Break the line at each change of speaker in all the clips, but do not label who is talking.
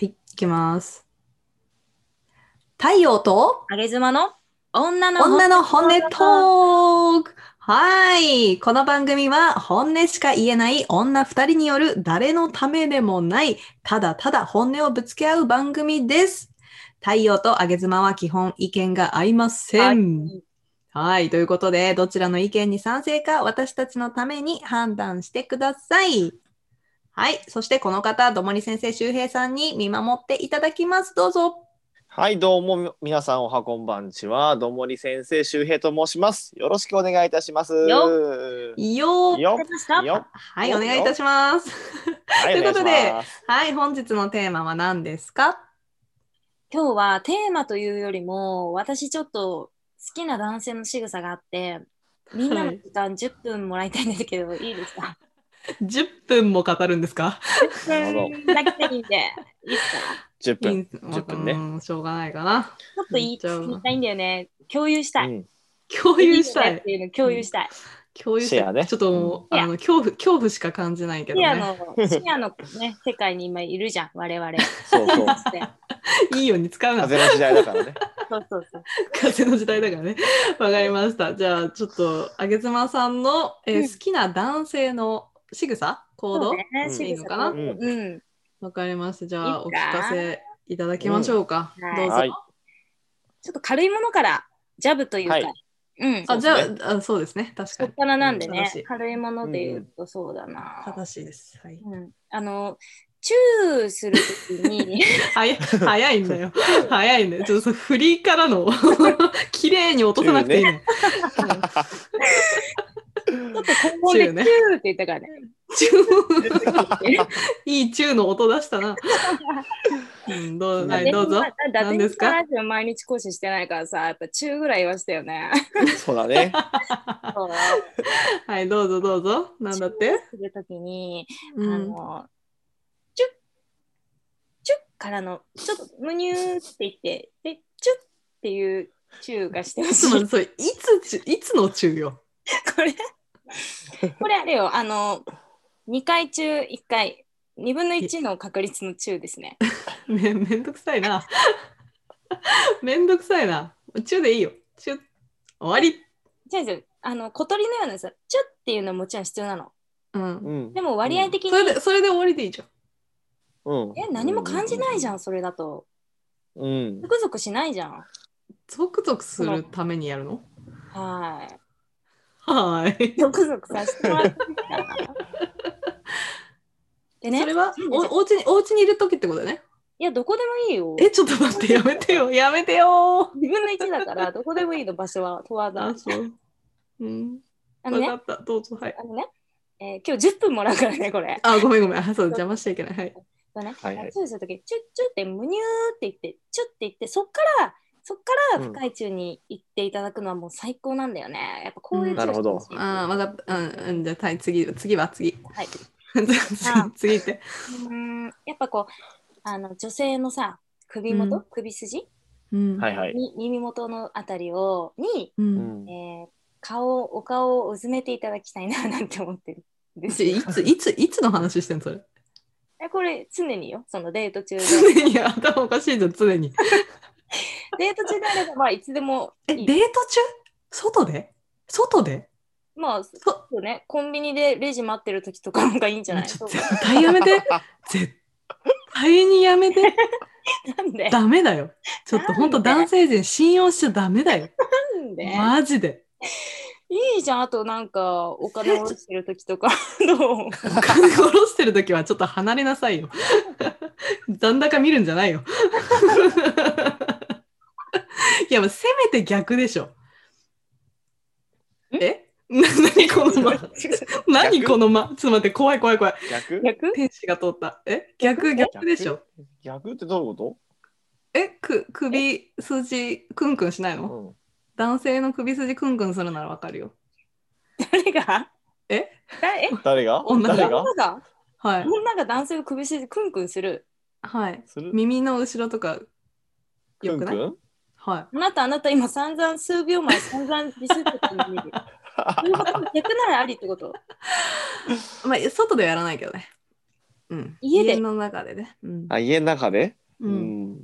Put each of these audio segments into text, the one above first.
いきます。太陽と
あげ妻の女の
女の本音トークはい。この番組は本音しか言えない女二人による誰のためでもない、ただただ本音をぶつけ合う番組です。太陽とあげ妻は基本意見が合いません。はい。ということで、どちらの意見に賛成か、私たちのために判断してください。はい。そして、この方、どもり先生、周平さんに見守っていただきます。どうぞ。
はい、どうもみ皆さんおはこんばんちは。どもり先生周平と申します。よろしくお願いいたします。
よ
よ
よー
よ
ました
よ
はい。お願いいたします。
は
ということで
お願いします
はい。本日のテーマは何ですか
今日はテーマというよりも私ちょっと好きな男性の仕草があってみんなの時間10分もらいたいんですけど、い、いですか
?10 分も語るんですか
なるほど
だけでいいんでいいですか
10
いいん
分。
です
10分ね
うんしょうがないかな。
ちょっと言い
じゃあ
聞きたいんだよね共有したい、
うん
共有した
いいよねっ
い。
ていうの共有したい、
共有した
シェ
い。
アね
ちょっともう、
うん
あの恐怖、恐怖しか感じないけど
シェア
ね。
のシェアのね世界に今いるじゃん我々
そうそう。
いいように使うな。
風の時代 だからね。
そうそうそう
風の時代だからね。わかりました。じゃあ、ちょっと、あげつまさんの、えー
うん
好きな男性の仕草行動
そ
わ
う、ね
うん
仕草
いいのかな
うん、うん
かりました。じゃあ、
い
お
い
聞
か
かせいただきましょうか。
うん
どうぞ。
はい
ちょっと軽いものからジャブというか、
はい
うん
あ、じゃ
そ
ああ、そうですね。確か
そっ
に。
からなんで
うん
ね
正しい、
軽いもので言うとそうだな。
正しいです。はい。
うん、あの、チューするとき に、
早い早いんだよ。早いね。ちょっとその振りからの 綺麗に落とさなくていいね。チュ
ちょっと高音でチ
ー
ュ
ね
ーって言ったからね。
チューいいチューの音出したな。うん、どうはい、どうぞ。
何
何
で
ですす
か
か
ラジオ毎日講師してないからさ、やっぱチューぐらい言わせたよね。
そうだね。
そう
はい、どうぞどうぞ。なんだっ
チュ
て
ーするときに、
う
あ
ん。
の、チュッ、チュッからの、ちょっとむにゅーって言って、で、チュッっていうチューがしてほし
つ
い
ま。りそれ、いつチュ、いつのチューよ。
これこれあれよあの2回中1回2分の1の確率の中ですね。
めめんどくさいな。 めんどくさいな。チューでいいよ。チュー。終わり。
じゃあじゃああの小鳥のようなさチュッっていうのはもちろん必要なの。
うん。
うん。
でも割合的に、
それで、それで終わりでいいじゃん。
うん、
え何も感じないじゃんそれだと。
うん。
ゾクゾクしないじゃん。
ゾクゾクするためにやるの
は
はーい
い。。ゾクゾクさせてもらっていいかな。でね
それは
そうです
おお家にお家にいる時ってことだね。
いやどこでもいいよ。
え、ちょっと待って、やめて よ、やめてよ
2分の1だからどこでもいいの場所は問わ
ー。あ、
ず。
そう。うん。
あの
わか
ね
った、どうぞ、はい。
あのね、えー今日10分もらうからねこれ。
あ、ごめんごめん、あそう、邪魔しちゃいけない。はい。
だね、
はいはい
チューするとき、チュッチュッって、むにゅーって言って、チュッって言って、そっから、そっから
うん
深いチューに行っていただくのはもう最高なんだよね。やっぱこういう
うん
チューしてほしい
あー、わかった。うん、うん、じゃあ、はい、次、次は 次。
はい。
次、次って。
うーん、やっぱこう、あの、女性のさ、首元、
うん
首筋、
うん。
はいはい。
に耳元のあたりを、に、
う。
うんん
えー顔、お顔をうずめていただきたいな、なんて思ってるんです
ちょ
よ。
いつ、いつ、いつの話してんのそれ。
えこれ、常によ、そのデート中で。
常に 頭おかしいじゃん、常に。
デート中であれば、まあ、いつでもい
え、デー
い
ト中外で外で
まあ、
そ
そうね、コンビニでレジ待ってる時とかの方がいいんじゃない
ち
そ
ょ
う
絶対やめて。 絶対にやめて。
なんでな
ダメだよ。ちょっと本当男性陣信用しちゃダメだよ。
んで
マジで。
いいじゃん、あとなんかお金を落してる時とか どう
お金下ろしてる時はちょっと離れなさいよ。 残高見るんじゃないよ。 いや、まあせめて逆でしょ。えな何こ の間何この間ちょっと待って、怖い怖い怖い。
逆
逆
天使が通った。え逆逆でしょ。
逆ってどういうこ
えく首筋クンクンしない
と、
の
うん、
男性の首筋クンクンするならわかるよ。
誰が
え
だえ
誰が
女が
誰が
女が
はい。
女が男性を首筋クンクンする。
はい。
する
耳の後ろとかよくない
くんくん
は
あなた、あなた今散々数秒前散々ディスってたのに。そういうこと 逆ならありってこと
い。まあ、外ではやらないけどね。うん。
家で
の中でね。うん。
あ、家の中で
う。
うんん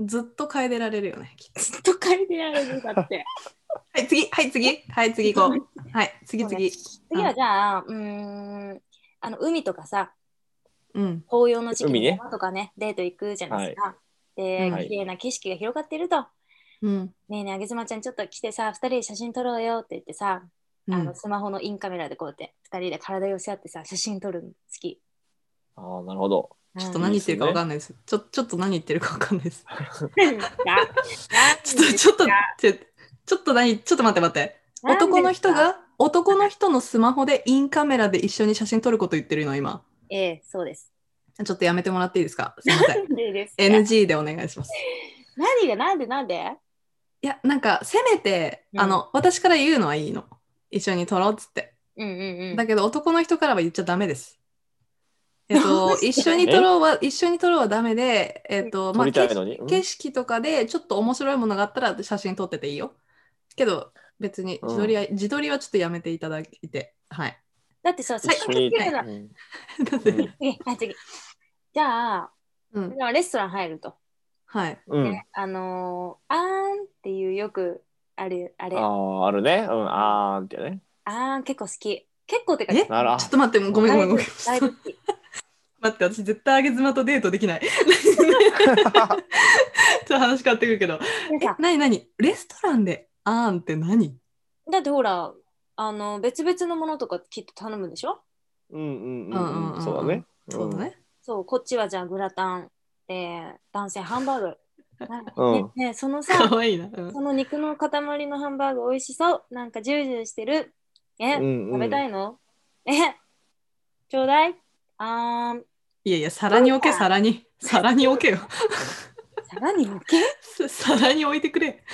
ずっと変えてられるよね。きっと
ずっと書いてやるんだって。
はい、次、はい、次、はい、次行こう。はい、次、次。
次はじゃあ、うーん、あの海とかさ、
うん。
紅葉の時期
海
に
ね
山とかね、デート行くじゃないですか。で、
はい
綺麗な景色が広がってると、
うん。
ねえねえ、あげずまちゃんちょっと来てさ、二人で写真撮ろうよって言ってさ、
う
あ
ん
のスマホのインカメラでこうやって二人で体寄せ合ってさ、写真撮るの好き。
ああなるほど。
ちょっと何言ってるかわかんないです。ちょちょっと何言ってるかわかんないです。
何
ちょっと、ちょっと、ちょちょっと何、ちょっと待って待って。男の人が、男の人のスマホでインカメラで一緒に写真撮ること言ってるの、今。
ええ、そうです。
ちょっとやめてもらっていいですかすいませ ん。
でですか
NG でお願いします。
何がなんでなんで
いや、なんか、せめて、
うん
あの、私から言うのはいいの。一緒に撮ろうっつって。
うんうんうん。
だけど、男の人からは言っちゃダメです。えっ
ど
と
う、して
一緒に撮ろうは、一緒に撮ろうはダメで、えっと、ま
撮
あ、
りたい
景
のに。うん
景色とかでちょっと面白いものがあったら写真撮ってていいよ。けど別に自撮りは、自撮りはちょっとやめていただいて。はい。
だってさ、せっか
一
く
緒
来
に。
てたら、
うん
だって
うん
次、はい、次。じゃあ、
うん。
レストラン入ると。
はい。
うん。
あのー、あーんっていうよくある、あれ、あ
あああるね。うんあーんってね。
ーん結構好き。結構ってか、
え
なるあ
ちょっと待って、もうごめんごめんごめん。ちょ
だ
っ
い
と
ぶ好き。
待って、私絶対あげ妻とデートできない。ち ょっと話変わってくるけど。
でさ
え、なになにレストランであーんって何
だってほら、あの、別々のものとかきっと頼むんでしょ
うんうん
うんうん
う
うん
ん
う
うんん。そうだね。
そうだね。
そう、こっちはじゃあグラタン、で、男性ハンバーグ。
うん。うん
ねね、その
か
さ、
わいいな。うん
その肉の塊のハンバーグ美味しそう。なんかジュージューしてる。え、
うん
食べた
い。
いのえ、ちょうだいあーん、
いやいや、皿に置け、
そうか
皿に。皿に置け よ。
さらに置け
皿に置いてくれ。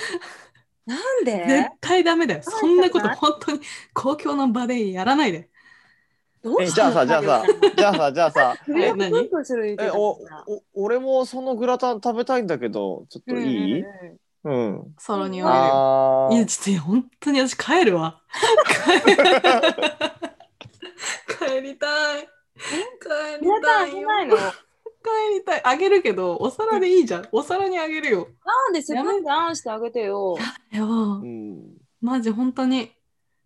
なんで
絶対ダメだよ。
そう
そんなこと
じゃない
本当に公共の場でやらないで。
どう
えじゃあさじゃあさじゃあさじゃあさ。
え
え、
何
何する
えおお俺もそのグラタン食べたいんだけどちょっといい？うん。
皿に置けるよ。
あ
いや、
ー
ちょっと本当に私帰るわ。帰りたい。帰り
グラタ
た
ン
い
開け
よ。
ないの
帰りたい。あげるけど、お皿でいいじゃん。お皿にあげるよ。
なんでスプーンであんしてあげてよ。
よ
う、ん。
マジ本当に。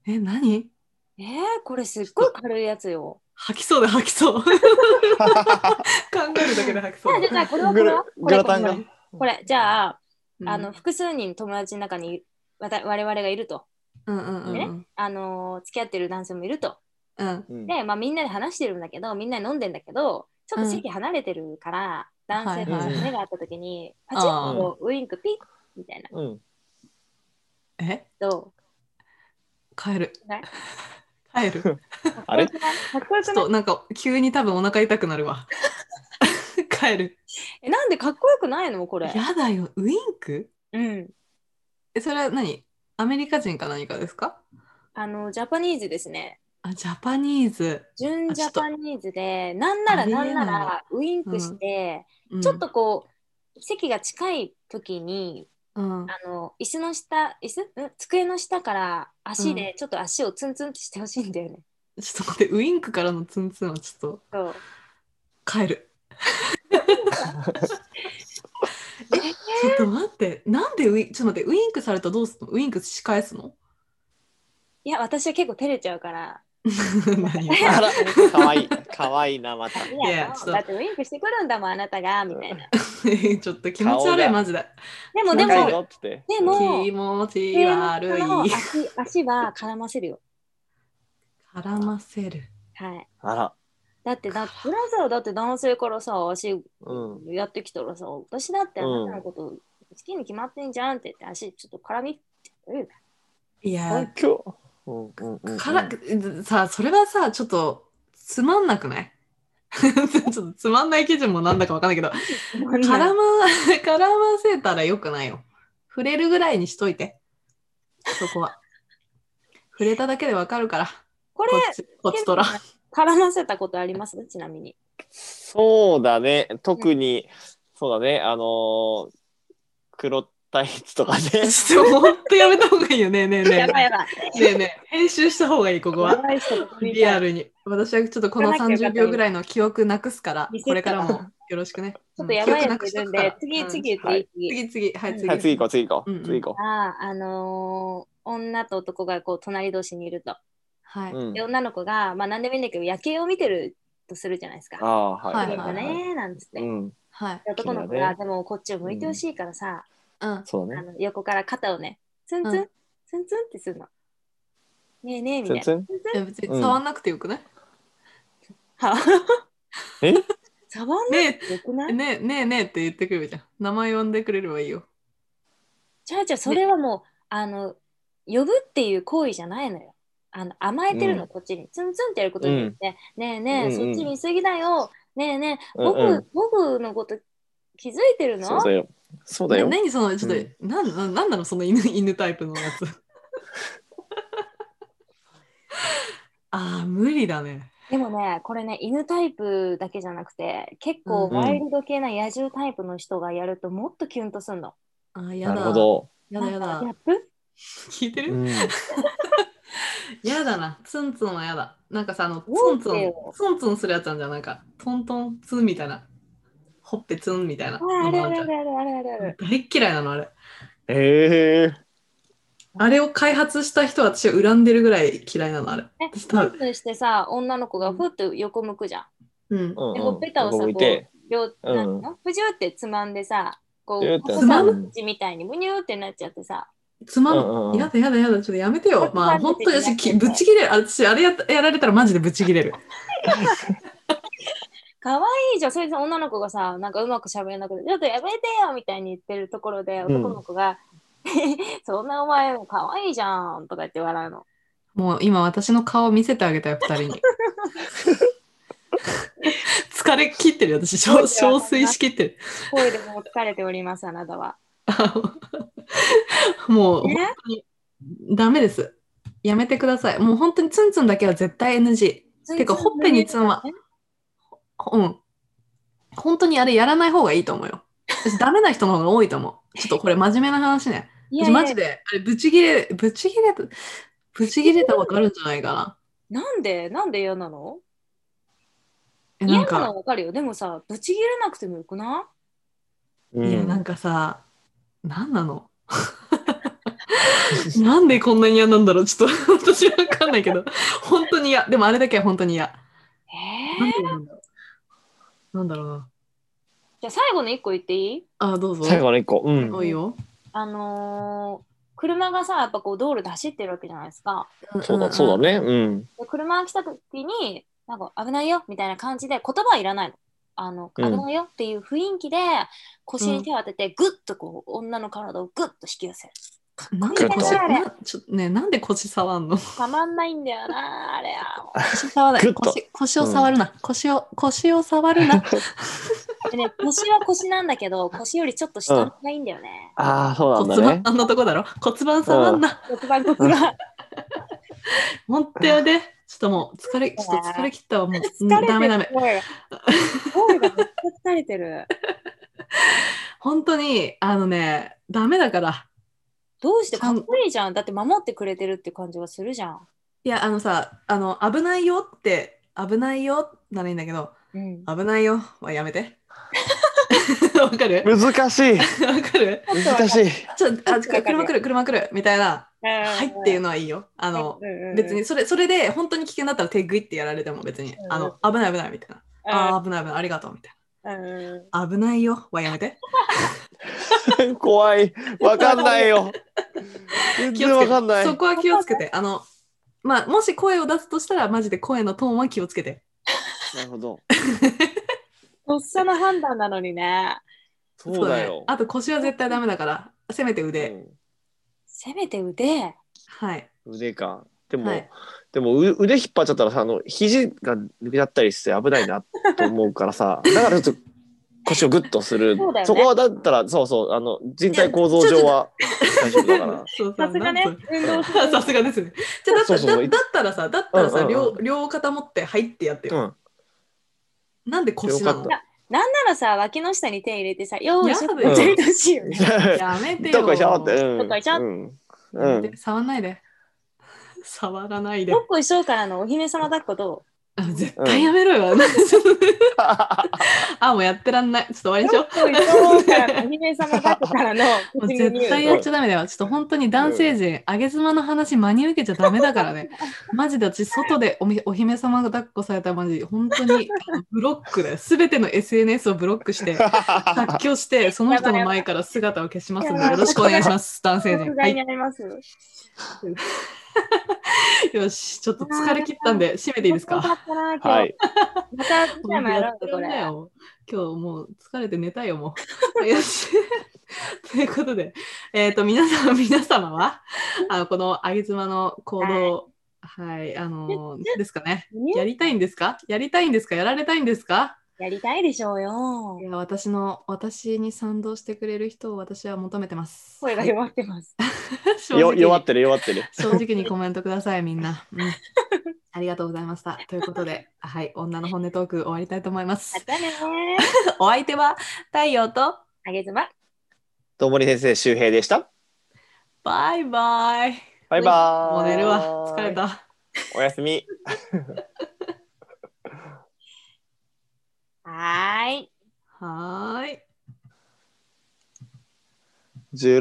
え、何
えー、これすっごい軽いやつよ。
吐きそうだ、吐きそう。考えるだけで吐き
じ
そ
ゃ
う
あじゃあじゃあこれはこ
グ
れ
ラ
はこ
グ
れ
ラ
こ
タン
れ
が
こ。れこれじゃあ、
だ。
あの複数人友達の中にわた我々がいると、
うんうんうんうん。
あのー付き合ってる男性もいると。
うん
うん
で、まあ、みんなで話してるんだけどみんなで飲んでんだけどちょっと席離れてるから、男性と
はいはい
目があった時にパチッとウインクピッみたいな
うん。
え、
ど
帰る
ね。
帰る。
うかっこ
あれ
よくないかっこよ
ちょ
く
っ
ない
となんか急に多分お腹痛くなる わ。帰る。
えなんでかっこよくないのこれ。
やだよ、ウインク
うん。
え、それは何アメリカ人か何かですか
あのジャパニーズですね。
あ、ジャパニーズ。
純ジャパニーズでなん
と
ならなんな
あ
らウインクして、
うん
ちょっと、こう席が近い時に
うん、
あの椅子の下椅子ん机の下から足でちょっと足をツンツンってしてほしいんだよね。
ちょっと待って、ウインクからのツンツンはちょっと
そう
帰る。え、ちょっと待って、なんでウイちょっと待って、ウインクされたらどうすんのウインクし返すの
いや私は結構照れちゃうから。
何
あら可愛い可愛いなまた。
い
いや
や
ちょっと
だってウインクしてくるんだもんあなたがみたいな。
ちょっと気持ち悪い、
顔が
マジで。
でもで
仲いい
も
ぞっつって。
でも
気持ち
机の下
悪い。
の足足は絡ませるよ。
絡ませる。
はい。
あら。
だってだブラザーだって男性からさ足
うん。
やってきたらさ、私だってあなたのこと好きに決まってんじゃんって言って、足ちょっと絡みって、うん
い
今
や、
日。うんうんうんうん。
から、さそれはさちょっとつまんなくない ちょっとつまんない基準もなんだかわかんないけど絡ま 絡ませたらよくないよ触れるぐらいにしといてそこは触れただけでわかるから
これ
こっちこっちとら
絡ませたことありますちなみに。
そうだね。特に、そうだね。あのー、黒タイツとかね。
ちょっとほんとやめた方がいいよねえねえね
やばいやばい。
えねえねえ編集した方がいいここは
やばい人と組みたい
リアルに私はちょっとこの30秒ぐらいの記憶なくすから
リセット
これからもよろしくね。
ちょっとやばい
うん記
や
憶なく
つ
し
い
た
るんで、次、
うん
次、
はい
次、次。
次、次、はい、次。
はい、次行こう、次行こ
うんう
う、
ん
次行こ。。
ああ、あのー女と男がこう隣同士にいると。
はいう
うん
で、。女の子が、まあ何でもいいんだけど、夜景を見てるとするじゃないです
あ
か。
あ、は
あ
い。
綺麗
は
だ
いはいはい
ねーなんつって。
うん。
はい。
で男の子
綺麗だ
が、
ね
でもこっちを向いてほしいからさ、
うん。
そう
あ
だね。
の横から肩をね、ツンツン、
うん
ツンツンってするの。ねえねえみた
ツ
い
ン
な。
ツン。
え別
う
に
ん
触んなくてよくない
は
え
触んな
ね
くてよくな
え、
い
ねえ、ねえ、ねえって言ってくれるじゃん。名前呼んでくれればいいよ。
ちゃうちゃう、それはもう、あの、呼ぶっていう行為じゃないのよ。あの甘えてるの、
うん
こっちに。ツンツンってやることによって、ねえねえ、
うんう
そ
ん
っち見すぎだよ。ねえねえ、僕、
うんうん
僕のこと気づいてるの
そうだよ。そうだ
な
よ。
何その、ちょっと、なんなんなんなのその犬犬タイプのや つ。ああ、無理だね。
でもね、これね、犬タイプだけじゃなくて、結構
うん
ワイルド系な野獣タイプの人がやるともっとキュンとすんの。
あーや
な
だ。
るほど。
やだや
なんかギ
だ。
ャップ
聞いて
う
る、
ん。
やだな。ツンツンはやだ。なんかさ、あの、ツ
なん
ン
で
ツン
よ、
ツンツンするやつなんじゃん。なんか、トントンツンみたいな。ほっぺツンみたいな。
ああれあれあ
大
れあれあれあれあれ。
嫌いなの、あれ。
ええ。
あれを開発した人は私は恨んでるぐらい嫌いなのあれ。
え、
私
ス
多
タ
分
ンプしてさ、女の子がふっと横向くじゃん。
うん。
うん
で、こ
う。
うんペタをさ、こ
ここ
う
いて。、
両、
うん
なんていうのふじゅってつまんでさ、こ
ふじゅっ
う、
て
ここさ、
うん
ムッチみたいにむにゅーってなっちゃってさ、
つまん、
うんうん
やだやだやだ、ちょっとやめてよ。まあ、
こ
本
こ
当
ま
に
で
私、
でき
き
ない
ぶち切れる。私、あれややられたらマジでぶち切れる。
かわいいじゃん。それで女の子がさ、なんかうまく喋れなくて、ちょっとやめてよみたいに言ってるところで、
うん
男の子が、 そんなお前もかわいいじゃんとか言って笑うの。
もう今、私の顔見せてあげたよ、二人 に。疲れ切ってるよ、私、憔憔悴しきってる。
声でもう疲れております、あなたは。
もう、
ね
ダメです。やめてください。もう本当にツンツンだけは絶対 NG。てか、ほっぺにツンは。うん。本当にあれやらない方がいいと思うよ。私ダメな人の方が多いと思 う。ちょっとこれ真面目な話ね。
いや
私
いや
マジで、あれブチギレ、ブチギレた、ブチギレたことあるんじゃないかな。
なんでなんで嫌なの
えな
嫌
ん
なのは
か、
わかるよ。でもさ、ぶち切れなくてもよくない
うん
いや、なんかさ、なんなのなんでこんなに嫌なんだろうちょっと 私わかんないけど、本当に嫌。でもあれだけは本当に嫌。
え
なん
ー
でなんだろう。なんだろうな。
じゃあ最後の一個言っていい
あ、どうぞ。
最後の一個。うん。
多いよ。
あのー車がさ、やっぱこう道路で走ってるわけじゃないですか。
そうだ、そうだね。うん。
で車が来た時に、なんか危ないよみたいな感じで、言葉はいらないの。あの、危
うん
ないよっていう雰囲気で、腰に手を当てて、ぐっとこう、女の体をぐっと引き寄せる。
なんで腰、
グッと
なちょっとね、なんで腰触んの
たまんないんだよ な、あれは。
腰触
ないグッと腰
腰
を触
るな。腰を、腰を触るな。
でね、腰は腰なんだけど、腰よりちょっと下がいいんだよね。
ああ、 そうなん
骨
だ
盤
ね。
あんなとこだろ骨盤触んな。
骨盤骨が。
ほんとやで。ちょっともう疲れ、ちょっと疲れ切ったわ。もう、うん
疲れてる。
ダメダメ。
声が。声がめっちゃ疲れてる。
本当に、あのね、ダメだから。
どうしてかっこいいじゃん。だって守ってくれてるって感じがするじゃん。
いや、あのさ、あの、危ないよって、危ないよならいいんだけど、
うん。
危ないよはやめて。 わかる
難しい。
わかる
難しい。
ちょ、あ、車来る、車来る、みたいな、はいっていう
の
のはいいよ。あの、別
別
にそれそれで本当に危険だったら手グイってやられても別に
う、ん
あの危ない危ないみたいな、ああー危ない危ないありがとうみたいな危ないよはやめて
怖い。わかんないよ。全
気をつけ
然わ
て
かんない。
そこは気をつけてあのまあもし声を出すとしたらマジで声のトーンは気をつけて
なるほど。
とっさの判断なのにね。
そうだよ
ね。あと腰は絶対ダメだからせめて腕、
せめて腕。
はい
うん腕か。でも、
はい
でもう腕引っ張っちゃったらさ、あの肘が抜けちゃったりして危ないなと思うからさ、だからちょっと腰をグッとする。
そうだよね
こはだったら、そうそう、あの人体構造上は大丈夫だから。
そう
さすがね
なんと。
運動する。
さすがですねじゃあだった
そうそう
だだったらさだったらさ、
うんうんうん
両両肩持って入ってやって
う
よ、
ん。
なんで腰なの
両
なんならさ、脇の下に手入れてさ、よーいしょって
や
や
だよ
ってほしいよね。
やめてよ
どこいしょって。うん
どっこいしょ
うん。うん
で。触んないで。触らないで
ど。っこいしょうからのお姫様抱っこど
あ絶対やめろよ。 あ、もうやってらんない。ちょっと終わりにしよう。
そうそうそうお姫様抱っこから の
もう
口に
絶対やっちゃダメだよ。ちょっと本当に男性陣、あげ妻の話真に受けちゃダメだからね。マジで私、外でおみお姫様が抱っこされたらマジ、本当にあのブロックだよ。すべての SNS をブロックして、発狂して、その人の前から姿を消しますので、よろしくお願いします、男性陣。
迫
は
害
い
に、あります。
よし、ちょっと疲れ切ったんで、締めていいです
本当
か。
だったな今日
はい。
また次回もやろうよこ
やってらんない
れ。
よ今日もう疲れて寝たいよ、もう。 よし。ということで、えっ、と、皆様、 皆様は、あのこのあげ妻の行動、はい、あのー、ですかね。やりたいんですかやりたいんですかやられたいんですか
やりたいでしょうよ
い。や、私の、私に賛同してくれる人を私は求めてます。
声が弱って ます。
正直
よ
に
弱ってる弱ってる。
正直にコメントください、みんな。 うん、ありがとうございました。ということで、はい、女の本音トーク終わりたいと思います
ま。たねー。
お相手は太陽と
あげずま。
どうもり先生周平でした。
バイバイ。
バイバ
も
ー
う
イ。
寝るわ。疲れ。た。
おやすみ。
はーい。
はーい。
16